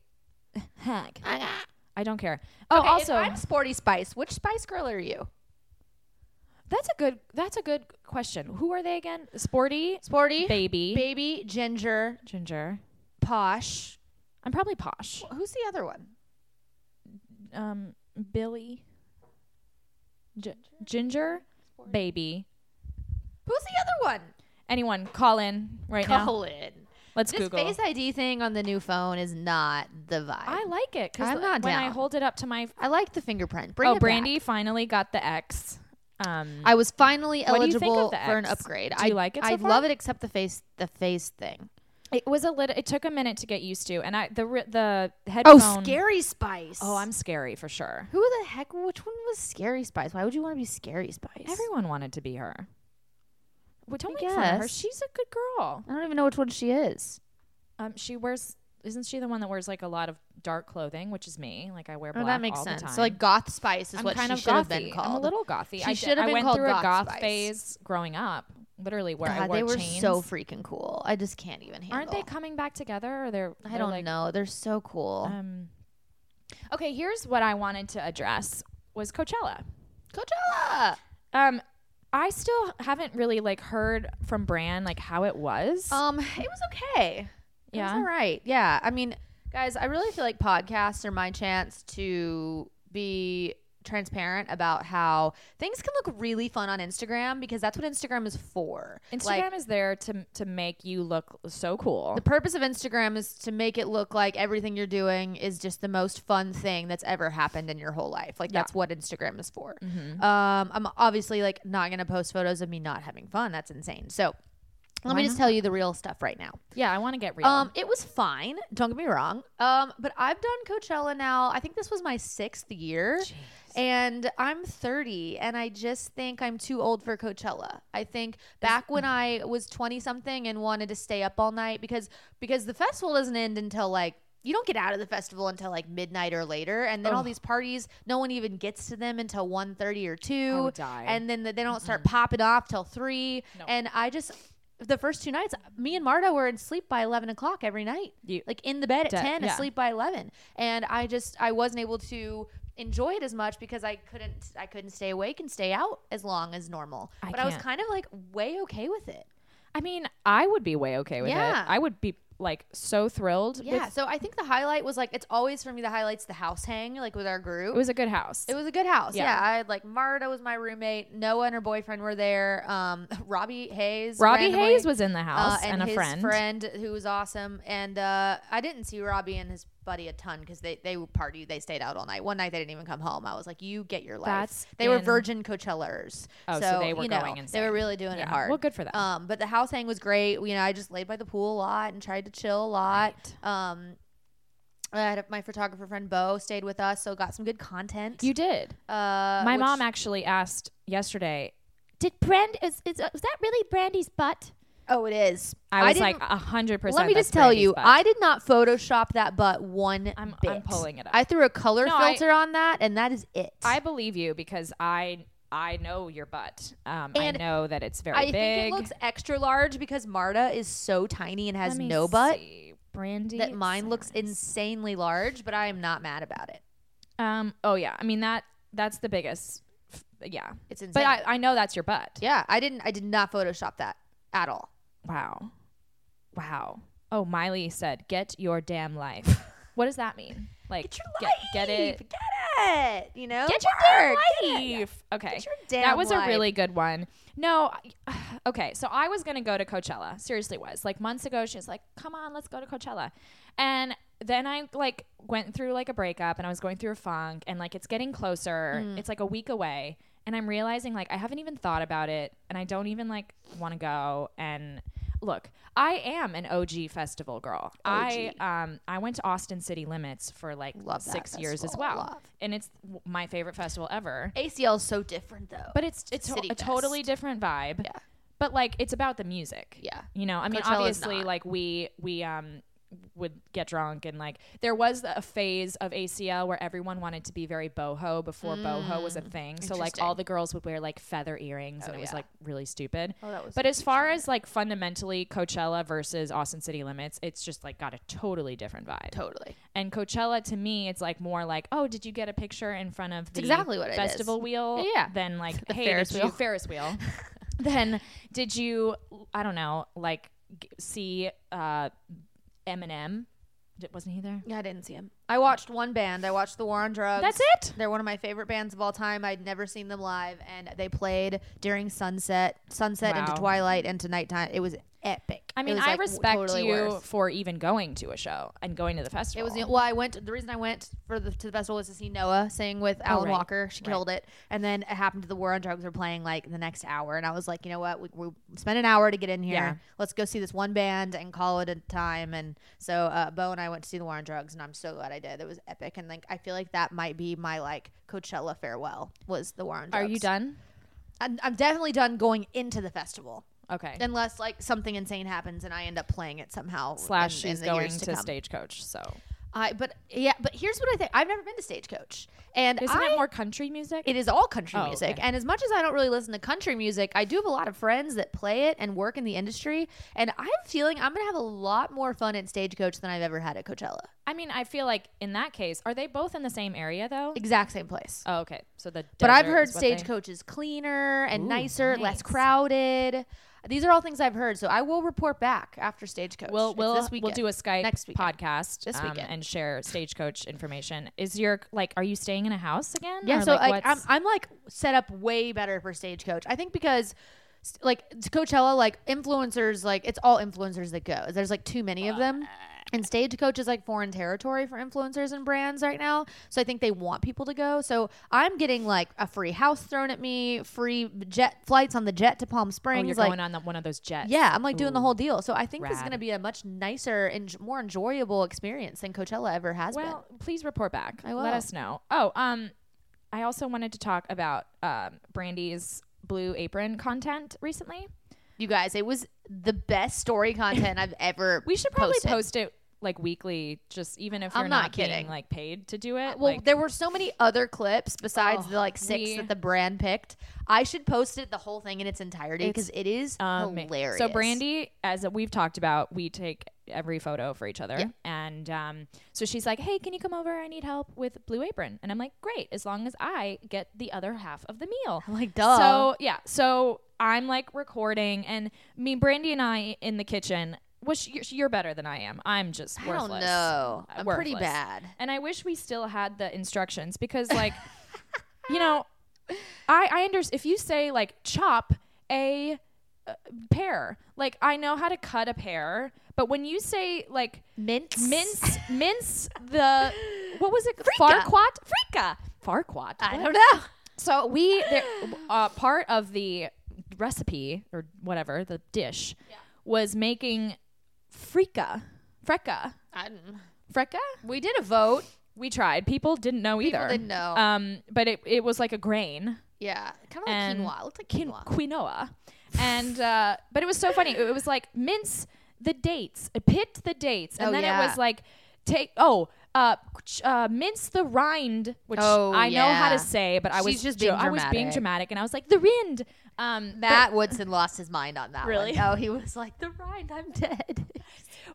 heck. Okay, I don't care. Oh, if also, I'm Sporty Spice. Which Spice Girl are you? That's a good. That's a good question. Who are they again? Sporty, Sporty, baby, baby, ginger, ginger. posh. I'm probably posh. Who's the other one? Um, Billy, G- ginger, baby. Who's the other one? Anyone? Call in right now. Colin. Let's This Google. Face ID thing on the new phone is not the vibe. I I, like it because I'm when not I down. hold it up to my like the fingerprint. Bring oh, it back. Brandy finally got the X. Um, I was finally What do you think of eligible the for an X? upgrade. Do you I like it so I far? love it, except the face, the face thing. it was a little. It took a minute to get used to, and I the ri- the Oh, headphone. Scary Spice. Oh, I'm scary for sure. Who the heck? Which one was Scary Spice? Why would you want to be Scary Spice? Everyone wanted to be her. Well, don't I make fun of her. guess. She's a good girl. I don't even know which one she is. Um, she wears. Isn't she the one that wears like a lot of dark clothing, which is me? Like I wear Oh, black that makes all sense. the time. So like Goth Spice is I'm what kind she of should have been gothy. called. I'm a little gothy. She I should have I been went called through a goth goth Spice. phase growing up, literally where I God, wore they were chains. so freaking cool. I just can't even handle. Aren't they coming back together? Or they're I they're, don't like, know. They're so cool. Um, okay, here's what I wanted to address was Coachella. Coachella. Um, I still haven't really like heard from Bran like how it was. Um, it was okay. It was Yeah? all right. Yeah. I mean, guys, I really feel like podcasts are my chance to be transparent about how things can look really fun on Instagram because that's what Instagram is for. Instagram Like, is there to to make you look so cool. the purpose of Instagram is to make it look like everything you're doing is just the most fun thing that's ever happened in your whole life. Like Yeah. that's what Instagram is for. Um, I'm obviously like not gonna post photos of me not having fun. That's insane. So let me just tell you the real stuff right now. yeah, I want to get real. Um, it was fine. Don't get me wrong. Um, but I've done Coachella now. I think this was my sixth year, and I'm 30, and I just think I'm too old for Coachella. I think back when I was 20 something and wanted to stay up all night because because the festival doesn't end until like. You don't get out of the festival until like midnight or later, and then all these parties, no one even gets to them until 1.30 or two, would Oh, die. and then they don't start popping off till three. And I just the first two nights, me and Marta were in sleep by eleven o'clock every night. You- like in the bed at De- ten, yeah. asleep by eleven. And I just I wasn't able to enjoy it as much because I couldn't I couldn't stay awake and stay out as long as normal. I but I was can't. kind of like way okay with it. I mean, I would be way okay with Yeah. it. I would be like so thrilled. Yeah. with, so I think the highlight was like it's always for me the highlight's the house hang, like with our group. it was a good house. It was a good house. Yeah. Yeah. I had like Marta was my roommate. Noah and her boyfriend were there. Um, Robbie Hayes. Robbie randomly, Hayes was in the house uh, and, a his friend. who was awesome. And uh, I didn't see Robbie and his buddy a ton because they they would party. They stayed out all night. One night they didn't even come home. I was like, you get your life. That's they were in- virgin Coachellers. Oh, so they were you know, going They insane. were really doing it Yeah. hard. Well, good for them. Um, but the house hang was great. You know, I just laid by the pool a lot and tried to chill a lot. Um. I had a- my photographer friend Bo stayed with us, so got some good content. You did. Uh, My which- mom actually asked yesterday, "Did Brand is, is, uh, is that really Brandy's butt?" Oh, it is. I was didn't- like, "A hundred percent." Let me that's just tell Brandy's you, butt. I did not Photoshop that butt one I'm- bit. I'm pulling it up. I threw a color No, I- filter on that, and that is it. I believe you because I I know your butt. Um, I And know that it's very I big. think it looks extra large because Marta is so tiny and has Let me no butt see. Brandy. that mine looks insanely large. But I am not mad about it. Um. Oh yeah. I mean that that's the biggest. f- Yeah. It's insane. But I, I know that's your butt. yeah, I didn't. I did not Photoshop that at all. Wow. Wow. Oh, Miley said, "Get your damn life." what does that mean? Like Get your Get, life, it. Get it. You know. Get your damn Work. Get it. life. Okay. Get your damn that was life. a really good one. No, I- okay. So I was going to go to Coachella. Seriously was. Like months ago she was like, "Come on, let's go to Coachella." And then I like went through like a breakup and I was going through a funk and like it's getting closer. Mm. It's like a week away and I'm realizing like I haven't even thought about it and I don't even like want to go and Look, I am an OG festival girl. I um I went to Austin City Limits for like Love that six years as festival. Oh, well, Love. and it's w- my favorite festival ever. ACL is so different though. But it's it's City a totally Fest. different vibe. Yeah. But like it's about the music. Yeah. You know, I mean Coachella's obviously not. like we we um would get drunk and like there was a phase of ACL where everyone wanted to be very boho before boho was a thing. So like all the girls would wear like feather earrings and it was Mm. Oh, yeah. like really stupid. Oh, that was but as far as like fundamentally Coachella versus Austin City Limits, it's just like got a totally different vibe. Totally. And Coachella to me, it's like more like, oh, did you get a picture in front of the exactly what it is. festival wheel? Yeah. Then like, hey, Ferris did you- wheel. Ferris wheel. then did you? I don't know. Like, g- see uh, Eminem? D- Wasn't he there? Yeah, I didn't see him. I watched one band. I watched The War on Drugs. That's it? They're one of my favorite bands of all time. I'd never seen them live, and they played during sunset, sunset into Wow. twilight into nighttime. It was epic. I It mean, was, I like, w- respect totally you worth. for even going to a show and going to the festival. It was the- well. I went. The reason I went for the to the festival was to see Noah sing with Alan Oh, right. Walker. She killed it. And then it happened to the War on Drugs were playing like the next hour, and I was like, you know what? We, we spent an hour to get in here. Yeah. Let's go see this one band and call it a time. And so uh, Bo and I went to see the War on Drugs, and I'm so glad I did. It was epic, and like I feel like that might be my like Coachella farewell was the War on Are Drugs. you done? I'm, I'm definitely done going into the festival. Okay. Unless like something insane happens and I end up playing it somehow. Slash, in- in she's the going years to, to come. stagecoach. So I but yeah, but here's what I think. I've never been to Stagecoach, and isn't I it more country music? it is all country Oh, music. okay. And as much as I don't really listen to country music, I do have a lot of friends that play it and work in the industry. And I'm feeling I'm gonna have a lot more fun at Stagecoach than I've ever had at Coachella. I mean, I feel like in that case, are they both in the same area though? Exact same place. Oh, okay. So the but I've desert heard is what they- Stagecoach is cleaner and nicer, less nice. crowded. These are all things I've heard, so I will report back after Stagecoach. We'll It's we'll this we'll weekend. do a Skype next weekend. podcast This um, weekend. and share stagecoach information. Is your like are you staying in a house again? Yeah, Or, so like, I'm what's- I'm like set up way better for stagecoach. I think because s- like to Coachella, like influencers, like it's all influencers that go. There's like too many of them. And stagecoach is like foreign territory for influencers and brands right now. So I think they want people to go. So I'm getting like a free house thrown at me, free jet flights on the jet to Palm oh, Springs. you're like, going on the, one of those jets. yeah, I'm like doing the Ooh. whole deal. So I think this is Rad. going to be a much nicer and more enjoyable experience than Coachella ever has been. Well, please report back. I will. Let us know. Oh, um, I also wanted to talk about um Brandy's blue apron content recently. You guys, it was the best story content I've ever. We should probably posted. post it like weekly, just even if I'm you're not being kidding. like paid to do it. Well, like, there were so many other clips besides the like six we- that the brand picked. I should post it the whole thing in its entirety because it is Um, hilarious. So Brandy, as we've talked about, we take every photo for each other, and um, so she's like, "Hey, can you come over? I need help with Blue Apron," and I'm like, "Great, as long as I get the other half of the meal." I'm like, duh. So yeah, so I'm like recording, and me, Brandy, and I in the kitchen. Which you're, you're better than I am. I'm just I worthless. don't know. Uh, I'm pretty worthless. bad. And I wish we still had the instructions because, like, you know, I I understand if you say like chop a uh, pear, like I know how to cut a pear, but when you say like Mint, mince mince the what was it Frika. farquat frika farquat I What? don't know. So we there, uh, part of the recipe or whatever the dish was making frika freka I, freka we did a vote. we tried. People didn't know either. didn't know. Um, but it, it was like a grain, Yeah, kind of like And quinoa. It looked like quin- quinoa. quinoa, and uh, but it was so funny. It was like mince the dates, pit the dates, and Oh, then yeah. it was like take oh. Uh, ch- uh, mince the rind, which Oh, I know how to yeah. say, but I She's was just jo- being I was being dramatic. dramatic, and I was like the rind. Um, Matt Woodson lost his mind on that. Really? One. Oh, he was like the rind. I'm dead.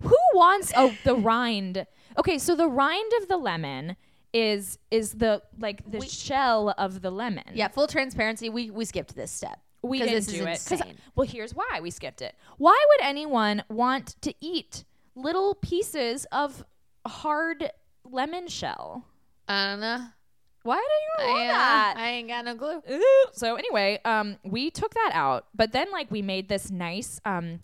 Who wants oh the rind? Okay, so the rind of the lemon is is the like the shell of the lemon. yeah, full transparency. We we skipped this step. We 'Cause didn't this do it. is 'Cause- insane. well, here's why we skipped it. Why would anyone want to eat little pieces of hard lemon shell? I don't know. Why do you want I, that? I ain't got no glue. Ooh. So anyway, um, we took that out, but then like we made this nice um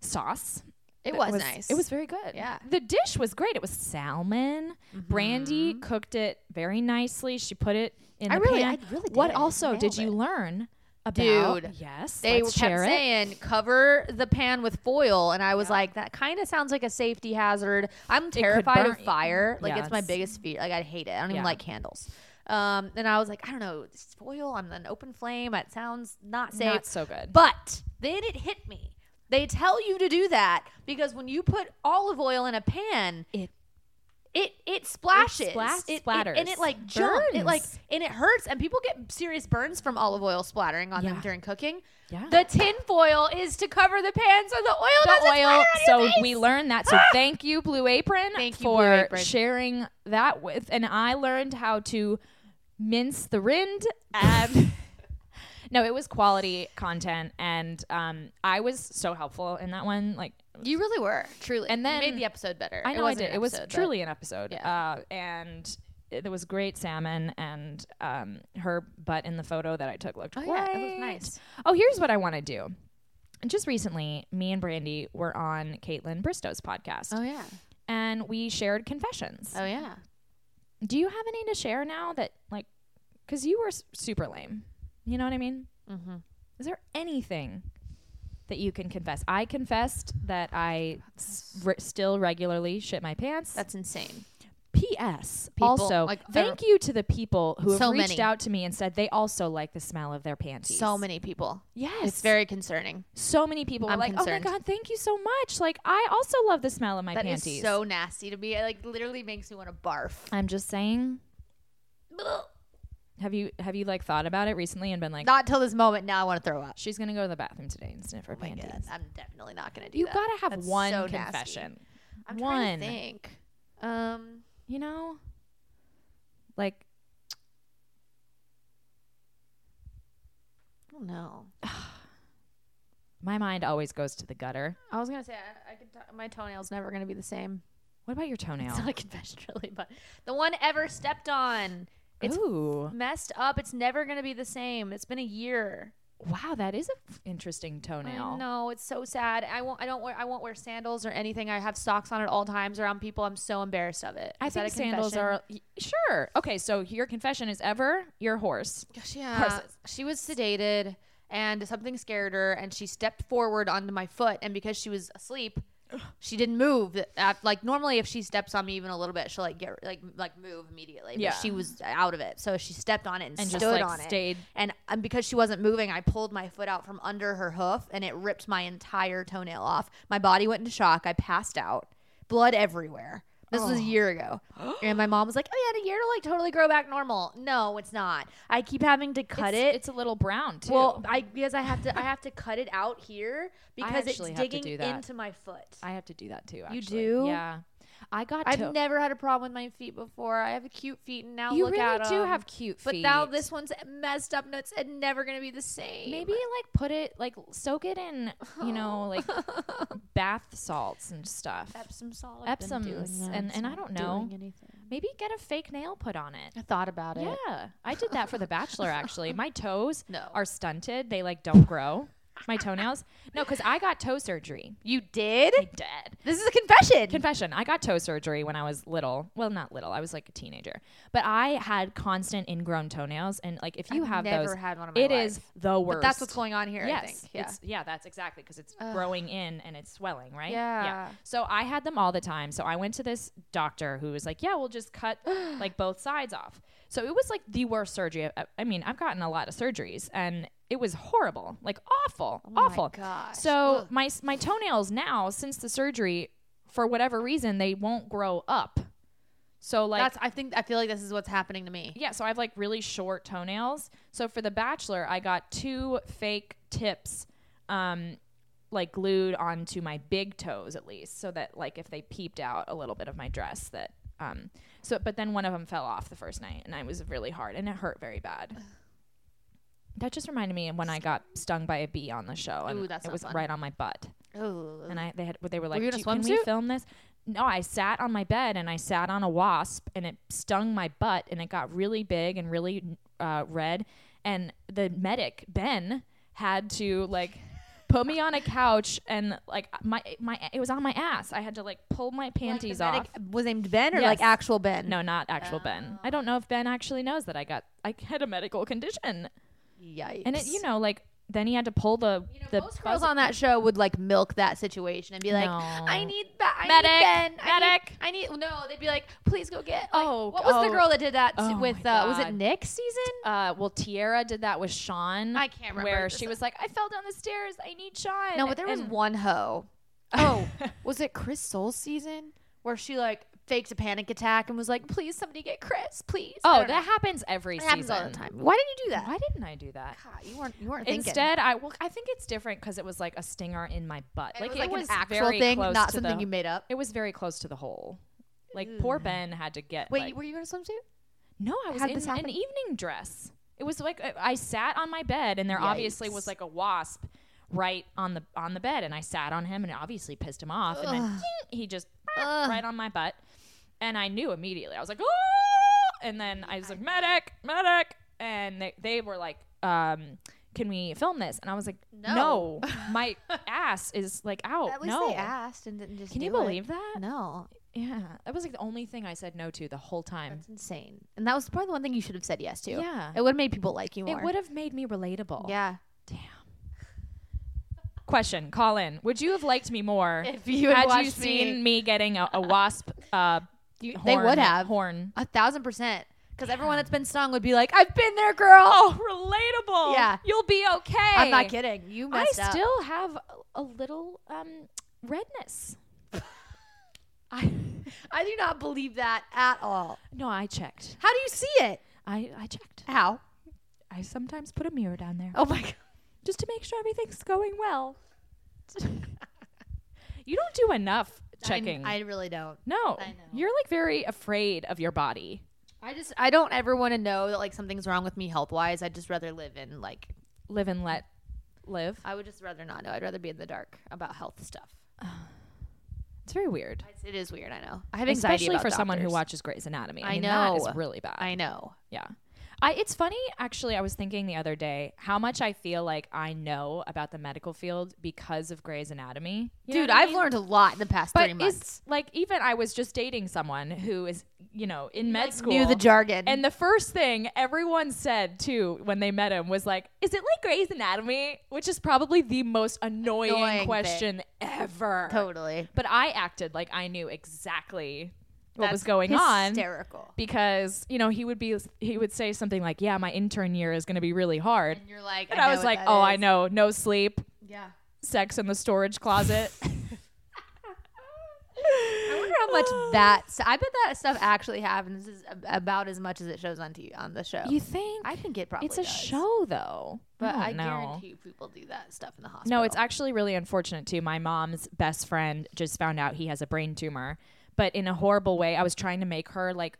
sauce. It that was, nice. It was very good. Yeah. Mm-hmm. The dish was great. It was salmon. Brandy cooked it very nicely. She put it in I the really- pan. I really What did. also did Nailed you it. learn about? Dude, yes, they let's kept share it. saying cover the pan with foil, and I was like, that kind of sounds like a safety hazard. I'm terrified of burn you. fire. Like Yeah, it's my it's- biggest fear. Like I hate it. I don't Yeah. even like candles. Um, and I was like, I don't know, this is foil on an open flame. It sounds not safe. Not so good. But then it hit me They tell you to do that because when you put olive oil in a pan, It- it it splashes, splash- and it splatters. like jumps, it like Burns. and it hurts, and people get serious burns from olive oil splattering on them Yeah. during cooking. Yeah. The tin foil is to cover the pan so the oil doesn't the oil. splatter on your So face. we learned that. So thank you, Blue Apron, Thank you, Blue for Apron. sharing that with. And I learned how to mince the rind. Um, no, it was quality content, and um, I was so helpful in that one. Like You really were truly, And You then- made the episode better. I know I wasn't did. an It was episode, but- truly an episode. Yeah. Uh, and it- there was great salmon, and um, her butt in the photo that I took looked Oh, yeah, great. it looked nice. Oh, here's what I want to do. Just recently, me and Brandy were on Caitlin Bristow's podcast, Oh yeah. and we shared confessions. Oh yeah. Do you have any to share now that, like, because you were s- super lame? You know what I mean? Mhm. Is there anything that you can confess? I confessed that I s- re- still regularly shit my pants. That's insane. P.S. People, also, like, I thank you to the people who have So reached many. out to me and said they also like the smell of their panties. So many people. Yes. It's very concerning. so many people were I'm like, concerned. "Oh my god, thank you so much! Like, I also love the smell of my That is panties." so nasty to me. It like literally makes me want to barf. I'm just saying. Have you have you like thought about it recently and been like, Not till this moment. Now I want to throw up. "She's gonna go to the bathroom today and sniff her Oh my panties." God, I'm definitely not gonna do You that. gotta have That's one so nasty. confession. I'm one. trying to think. Um, You know, like I don't know. my mind always goes to the gutter. I was gonna say I, I could. T- my toenail's never gonna be the same. What about your toenail? It's not a confession, really, but the one ever stepped on. It's Ooh, messed up. It's never gonna be the same. It's been a year. wow, that is an interesting toenail. I know it's so sad. I won't. I don't wear. I won't wear sandals or anything. I have socks on at all times around people. I'm so embarrassed of it. I Is that think a sandals confession? are y- sure. Okay, so your confession is ever your horse. Gosh, yeah. Horses. She was sedated, and something scared her, and she stepped forward onto my foot, and because she was asleep. She didn't move. Uh, Like normally, if she steps on me even a little bit, she'll like get like like move immediately. But Yeah. she was out of it, so she stepped on it and, And just, stood like, on stayed- it. And and because she wasn't moving, I pulled my foot out from under her hoof, and it ripped my entire toenail off. My body went into shock. I passed out, blood everywhere. This Oh. was a year ago, and my mom was like, "Oh yeah, in a year to like totally grow back normal." No, it's not. I keep having to cut It's- it. It's a little brown too. Well, I because I have to I have to cut it out here because it's actually have to digging do that. into my foot. I have to do that too. You Actually. do? Yeah, I got. I've to- never had a problem with my feet before. I have cute feet, and now You look really at do 'em. have cute But now feet. this one's messed up, and it's never gonna be the same. Maybe like put it like soak it in you know like bath salts and stuff. Epsom salt. I've been doing Epsom's, that. and- It's and I not don't know. doing anything. Maybe get a fake nail put on it. I thought about it. Yeah, I did that for The Bachelor. Actually, my toes No. are stunted. They like don't grow. My toenails. No, because I got toe surgery. You did. I did. This is a confession. Confession. I got toe surgery when I was little. Well, not little. I was like a teenager. But I had constant ingrown toenails and like if you I've have never those had one in my it life. is the worst. but that's what's going on here. Yes. I think. Yeah. It's, yeah, that's exactly because it's growing in and it's swelling, right? Yeah. So I had them all the time. So I went to this doctor who was like, "Yeah, we'll just cut like both sides off." So it was like the worst surgery. I- I mean, I've gotten a lot of surgeries and it was horrible, like awful, Oh awful. gosh. So my s- my toenails now since the surgery, for whatever reason, they won't grow up. So like That's. I think. I feel like this is what's happening to me. yeah, so I have like really short toenails. So for the bachelor, I got two fake tips um like glued onto my big toes at least so that like if they peeped out a little bit of my dress that um so but then one of them fell off the first night and I was really hard and it hurt very bad. That just reminded me of when I got stung by a bee on the show and Ooh, that's it not was fun. right on my butt Ooh. and I they had they were like, you in a "Do- "Can we swimsuit?" film this?" No, I sat on my bed and I sat on a wasp and it stung my butt and it got really big and really uh, red. And the medic Ben had to like put me on a couch and like my my it was on my ass. I had to like pull my panties The off. medic Oh. was named Ben or Yes. like actual Ben? No, not actual Ben. I don't know if Ben actually knows that I got I had a medical condition. Yikes. And it, you know, like then he had to pull the the buzzer- Most girls on that show would like milk that situation and be like, No. "I need that, I Medic, need Ben, medic. I need, I need." No, they'd be like, "Please go get." like, Oh, what was oh. the girl that did that t- Oh with? my Uh, was it God. Nick's season? uh, well, Tiara did that with Sean. I can't remember Where this she one. was like, I fell down the stairs. I need Sean. No, but there was And- one hoe. Oh, was it Chris Soul's season where she like faked a panic attack and was like, "Please, somebody get Chris, please." I Oh, don't that know. happens every It season. happens all the time. Why didn't you do that? Why didn't I do that? God, you weren't. You weren't thinking. Instead, I well, I think it's different because it was like a stinger in my butt. it was it like was an actual very thing, close not to something the- you made up. It was very close to the hole. Like poor Ben had to get. Wait, like- were you in a swimsuit? no, I was how'd in this an happen? evening dress. It was like uh, I I sat on my bed, and there obviously was Yikes. like a wasp right on the on the bed, and I sat on him, and it obviously pissed him off, and then he just Ugh. right on my butt, and I knew immediately. I was like, oh, and then I was like, medic, medic, and they they were like, um. Can we film this? And I was like, no, No. my ass is like out. At least no. they asked and didn't just. Can you do it. believe that? No, Yeah, that was like the only thing I said no to the whole time. it's insane. And that was probably the one thing you should have said yes to. Yeah. it would have made people like you more. It would have made me relatable. Yeah. Question, call in. Would you have liked me more If you had had you watched me- seen me getting a, a wasp uh, they horn- would have. horn? A thousand percent. Because everyone that's been stung would be like, "I've been there, girl." Oh, relatable. Yeah. You'll be okay. I'm not kidding. You I messed up. still have a little um, redness. I I do not believe that at all. no, I checked. How do you see it? I, I checked. How? I sometimes put a mirror down there Oh my god. just to make sure everything's going well. you don't do enough checking. I, I really don't. No. I know. You're like very afraid of your body. I just I don't ever want to know that like something's wrong with me health wise. I'd just rather live in like Live and let live. I would just rather not know. I'd rather be in the dark about health stuff. It's very weird. It's, it is weird. I know. I have anxiety Especially for about someone who doctors. watches Grey's Anatomy. I, I mean, that is know. really bad. I know. yeah. I, it's funny, actually. I was thinking the other day how much I feel like I know about the medical field because of Grey's Anatomy. You know Dude, what I I've mean? learned a lot in the past But three months. it's like even I was just dating someone who is, you know, in med school. Knew the jargon. And the first thing everyone said too when they met him was like, "Is it like Grey's Anatomy?" Which is probably the most annoying, Annoying bit. question ever. totally. But I acted like I knew exactly what That's was going on Hysterical. because you know he would be he would say something like, "Yeah, my intern year is going to be really hard," And you're like, and I, I, know was what like, that "Oh, I is." know, no sleep, Yeah. sex in the storage closet." I wonder how much that. So I bet that stuff actually happens is ab- about as much as it shows on t- on the show. you think I think it probably it's a does. show though? but don't I know. guarantee people do that stuff in the hospital. No, it's actually really unfortunate too. My mom's best friend just found out he has a brain tumor, but in a horrible way. I was trying to make her like,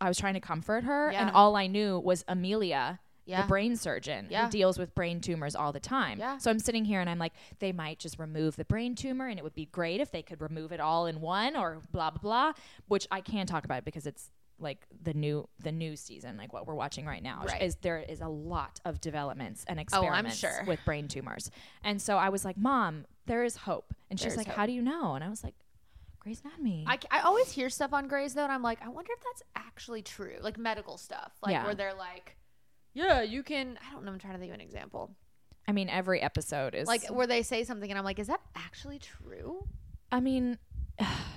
I was trying to comfort her, and Yeah. all I knew was Amelia. Yeah. The brain surgeon Yeah. who deals with brain tumors all the time. Yeah. So I'm sitting here and I'm like, they might just remove the brain tumor and it would be great if they could remove it all in one or blah blah blah. Which I can't talk about because it's like the new the new season, like what we're watching right now. Right. Is there is a lot of developments and Oh, I'm experiments sure. with brain tumors. And so I was like, Mom, there is hope. And she's There's like, hope. How do you know? And I was like, Grey's Anatomy. I, c- I always hear stuff on Grays though, and I'm like, I wonder if that's actually true, like medical stuff, like Yeah. where they're like, yeah, you can. I don't know. I'm trying to think of an example, I mean, every episode is like where they say something, and I'm like, is that actually true? I mean,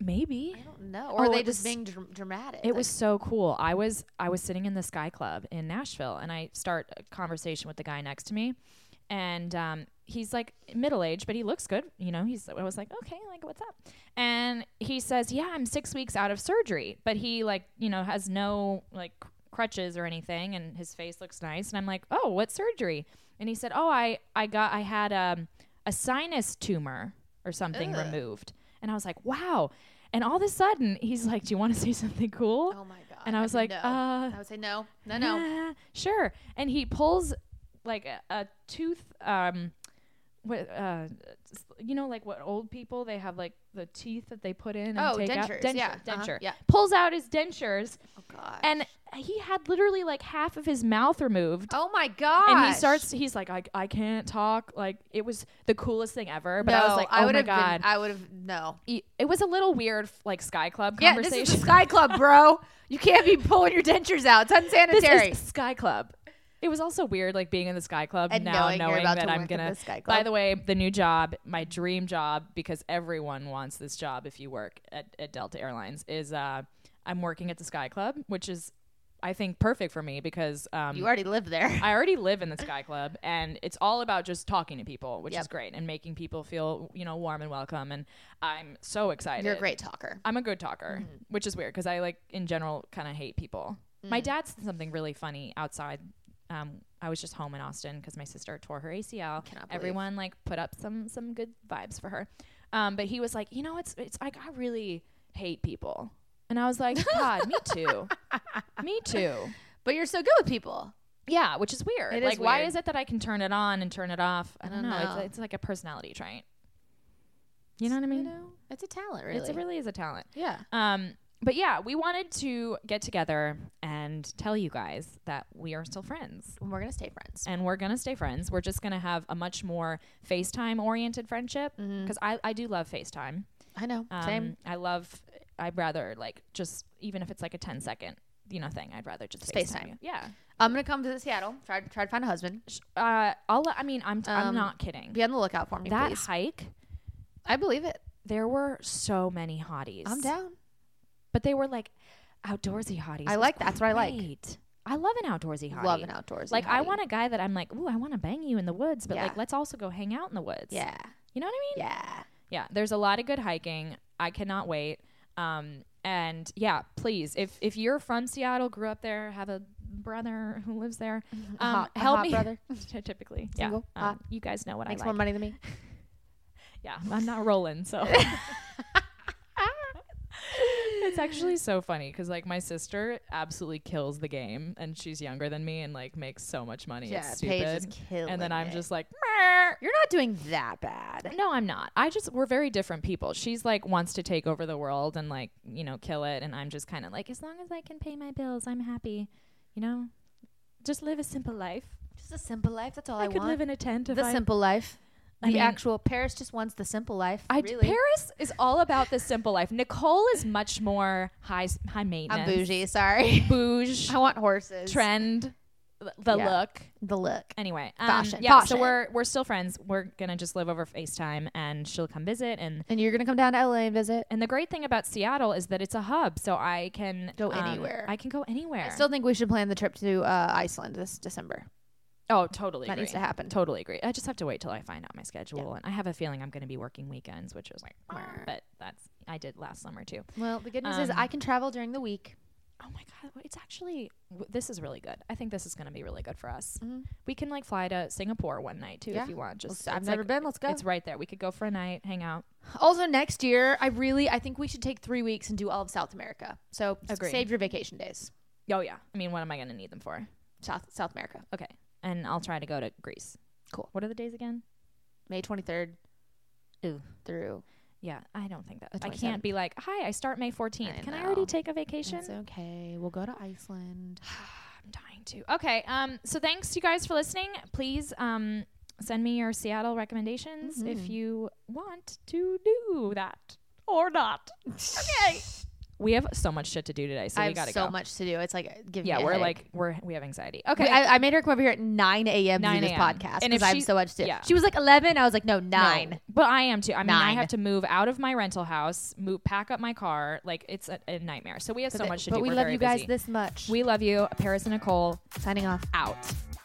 maybe. I don't know. Or Oh, are they it just was- being dr- dramatic? It Like, was so cool. I was I was sitting in the Sky Club in Nashville, and I start a conversation with the guy next to me, and um, he's like middle aged, but he looks good. You know, he's I was like, okay, like what's up? And he says, yeah, I'm six weeks out of surgery, but he like you know has no like cr- crutches or anything, and his face looks nice. And I'm like, oh, what surgery? And he said, oh, I I got I had um, a sinus tumor or something removed, and I was like, wow. And all of a sudden, he's like, "Do you want to say something cool?" Oh my god. And I was like, would no. uh, I would say no, no, no. "Ah, sure. And he pulls like a, a tooth, um, what, uh, s- you know, like what old people they have like the teeth that they put in. And Oh, take Out. dentures, Denture, yeah, denture. uh-huh, yeah. Pulls out his dentures, Oh god. and he had literally like half of his mouth removed. oh my god. And he starts. He's like, I, I can't talk. Like it was the coolest thing ever. But I was like, oh would my have god. Been, I would have no. E- it was a little weird, like Sky Club Yeah, this conversation. is the Sky Club, bro. You can't be pulling your dentures out. It's This unsanitary. is Sky Club. It was also weird, like being in the Sky Club And now, knowing knowing, you're about that to I'm work at gonna. the Sky By Club. the way, the new job, my dream job, because everyone wants this job if you work at, at Delta Airlines, is uh, I'm working at the Sky Club, which is, I think, perfect for me because um, You already live there. I already live in the Sky Club, and it's all about just talking to people, which is Yep. great, and making people feel you know warm and welcome. And I'm so excited. You're a great talker. I'm a good talker, Mm-hmm. which is weird because I like in general kind of hate people. Mm. My dad said something really funny outside. Um, I was just home in Austin because my sister tore her ACL. Cannot believe. Everyone like put up some some good vibes for her, um, but he was like, you know, it's it's like I really hate people, and I was like, God, me too, me too. But you're so good with people. Yeah, which is weird. It is like, why weird. is it that I can turn it on and turn it off? I don't, don't know. know. It's, it's like a personality trait. You know what I mean? It's a talent, really. It's, it really is a talent. yeah. Um, but yeah, we wanted to get together and tell you guys that we are still friends. And we're gonna stay friends. And we're gonna stay friends. We're just gonna have a much more FaceTime oriented friendship because I, I do love FaceTime. I know. Um, Mm-hmm. Same. I love. I'd rather like just even if it's like a 10 second you know thing. I'd rather just FaceTime. FaceTime. you. Yeah. I'm gonna come to Seattle. Try try to find a husband. Sh- Uh, I'll. I mean, I'm. T- I'm Um, not kidding. Be on the lookout for me, that please. hike I believe it. there were so many hotties I'm down. but they were like outdoorsy hotties I It was like- that's what I like. great. i love an outdoorsy hottie Love an outdoorsy like i hottie. want a guy that i'm like ooh i want to bang you in the woods but Yeah. like let's also go hang out in the woods Yeah. you know what i mean Yeah. yeah there's a lot of good hiking i cannot wait um and yeah please if if you're from seattle grew up there have a brother who lives there um hot- a help hot me brother. typically Single, yeah hot. um, you guys know what Makes i more like money than me. yeah, I'm not rolling, so. it's actually so funny because like my sister absolutely kills the game, and she's younger than me, and like makes so much money. Yeah, it's Paige stupid. is and then killing I'm it. just like, You're not doing that bad. no, I'm not. I just we're very different people. She's like wants to take over the world and like you know kill it, and I'm just kind of like as long as I can pay my bills, I'm happy. You know, just live a simple life. Just a simple life. That's all I, I, could want. live in a tent if the I simple life. I the mean- actual Paris just wants the simple life. I d- really. Paris is all about the simple life. Nicole is much more high s- high I'm maintenance. bougie. Sorry. bouge, I want horses. trend, th- the Yeah. look. The look. Anyway, um, Fashion, yeah. fashion. So we're we're still friends. We're gonna just live over FaceTime, and she'll come visit. And And you're gonna come down to LA and visit. and the great thing about Seattle is that it's a hub, so I can Go um, anywhere. I can go anywhere. I still think we should plan the trip to uh, Iceland this December. oh, totally. that agree. needs to happen. Totally agree. I just have to wait till I find out my schedule, and I have a feeling I'm gonna be working weekends, which is like, but that's I did last summer too. Well, the good news is Um, I can travel during the week. Oh my god, it's actually w- this is really good. I think this is going to be really good for us. We can like fly to Singapore one night too Mm-hmm. Yeah. if you want. Just I've it's, never like, been. Let's go. It's right there. We could go for a night, hang out. Also, next year, I really I think we should take three weeks and do all of South America. So Agree. save your vacation days. Oh yeah. I mean, what am I going to need them for? South South America, Okay, and I'll try to go to Greece. Cool. What are the days again? May twenty third. Ooh. Through. Yeah, I don't think that The I can't 27th. be like, hi, I start May fourteenth. I Can I know. already take a vacation? It's okay. We'll go to Iceland. I'm dying to. Okay. Um. So thanks you guys for listening. Please um send me your Seattle recommendations Mm-hmm. if you want to do that or not. okay. We have so much shit to do today, so I we have gotta so go. much to do. It's like give yeah, me a we're headache. like we're we have anxiety. We- Okay. I, I made her come over here at 9 a.m. to 9 do this a.m.. podcast And because if I have she- so much to do. yeah. She was like 11. I was like, no, No, 9. but I am too. I mean, I Nine. have to move out of my rental house, move, pack up my car. Like it's a, a nightmare. So we have so But- much to but do. we We're love very you guys busy. this much. we love you, Paris and Nicole. Signing off. Out.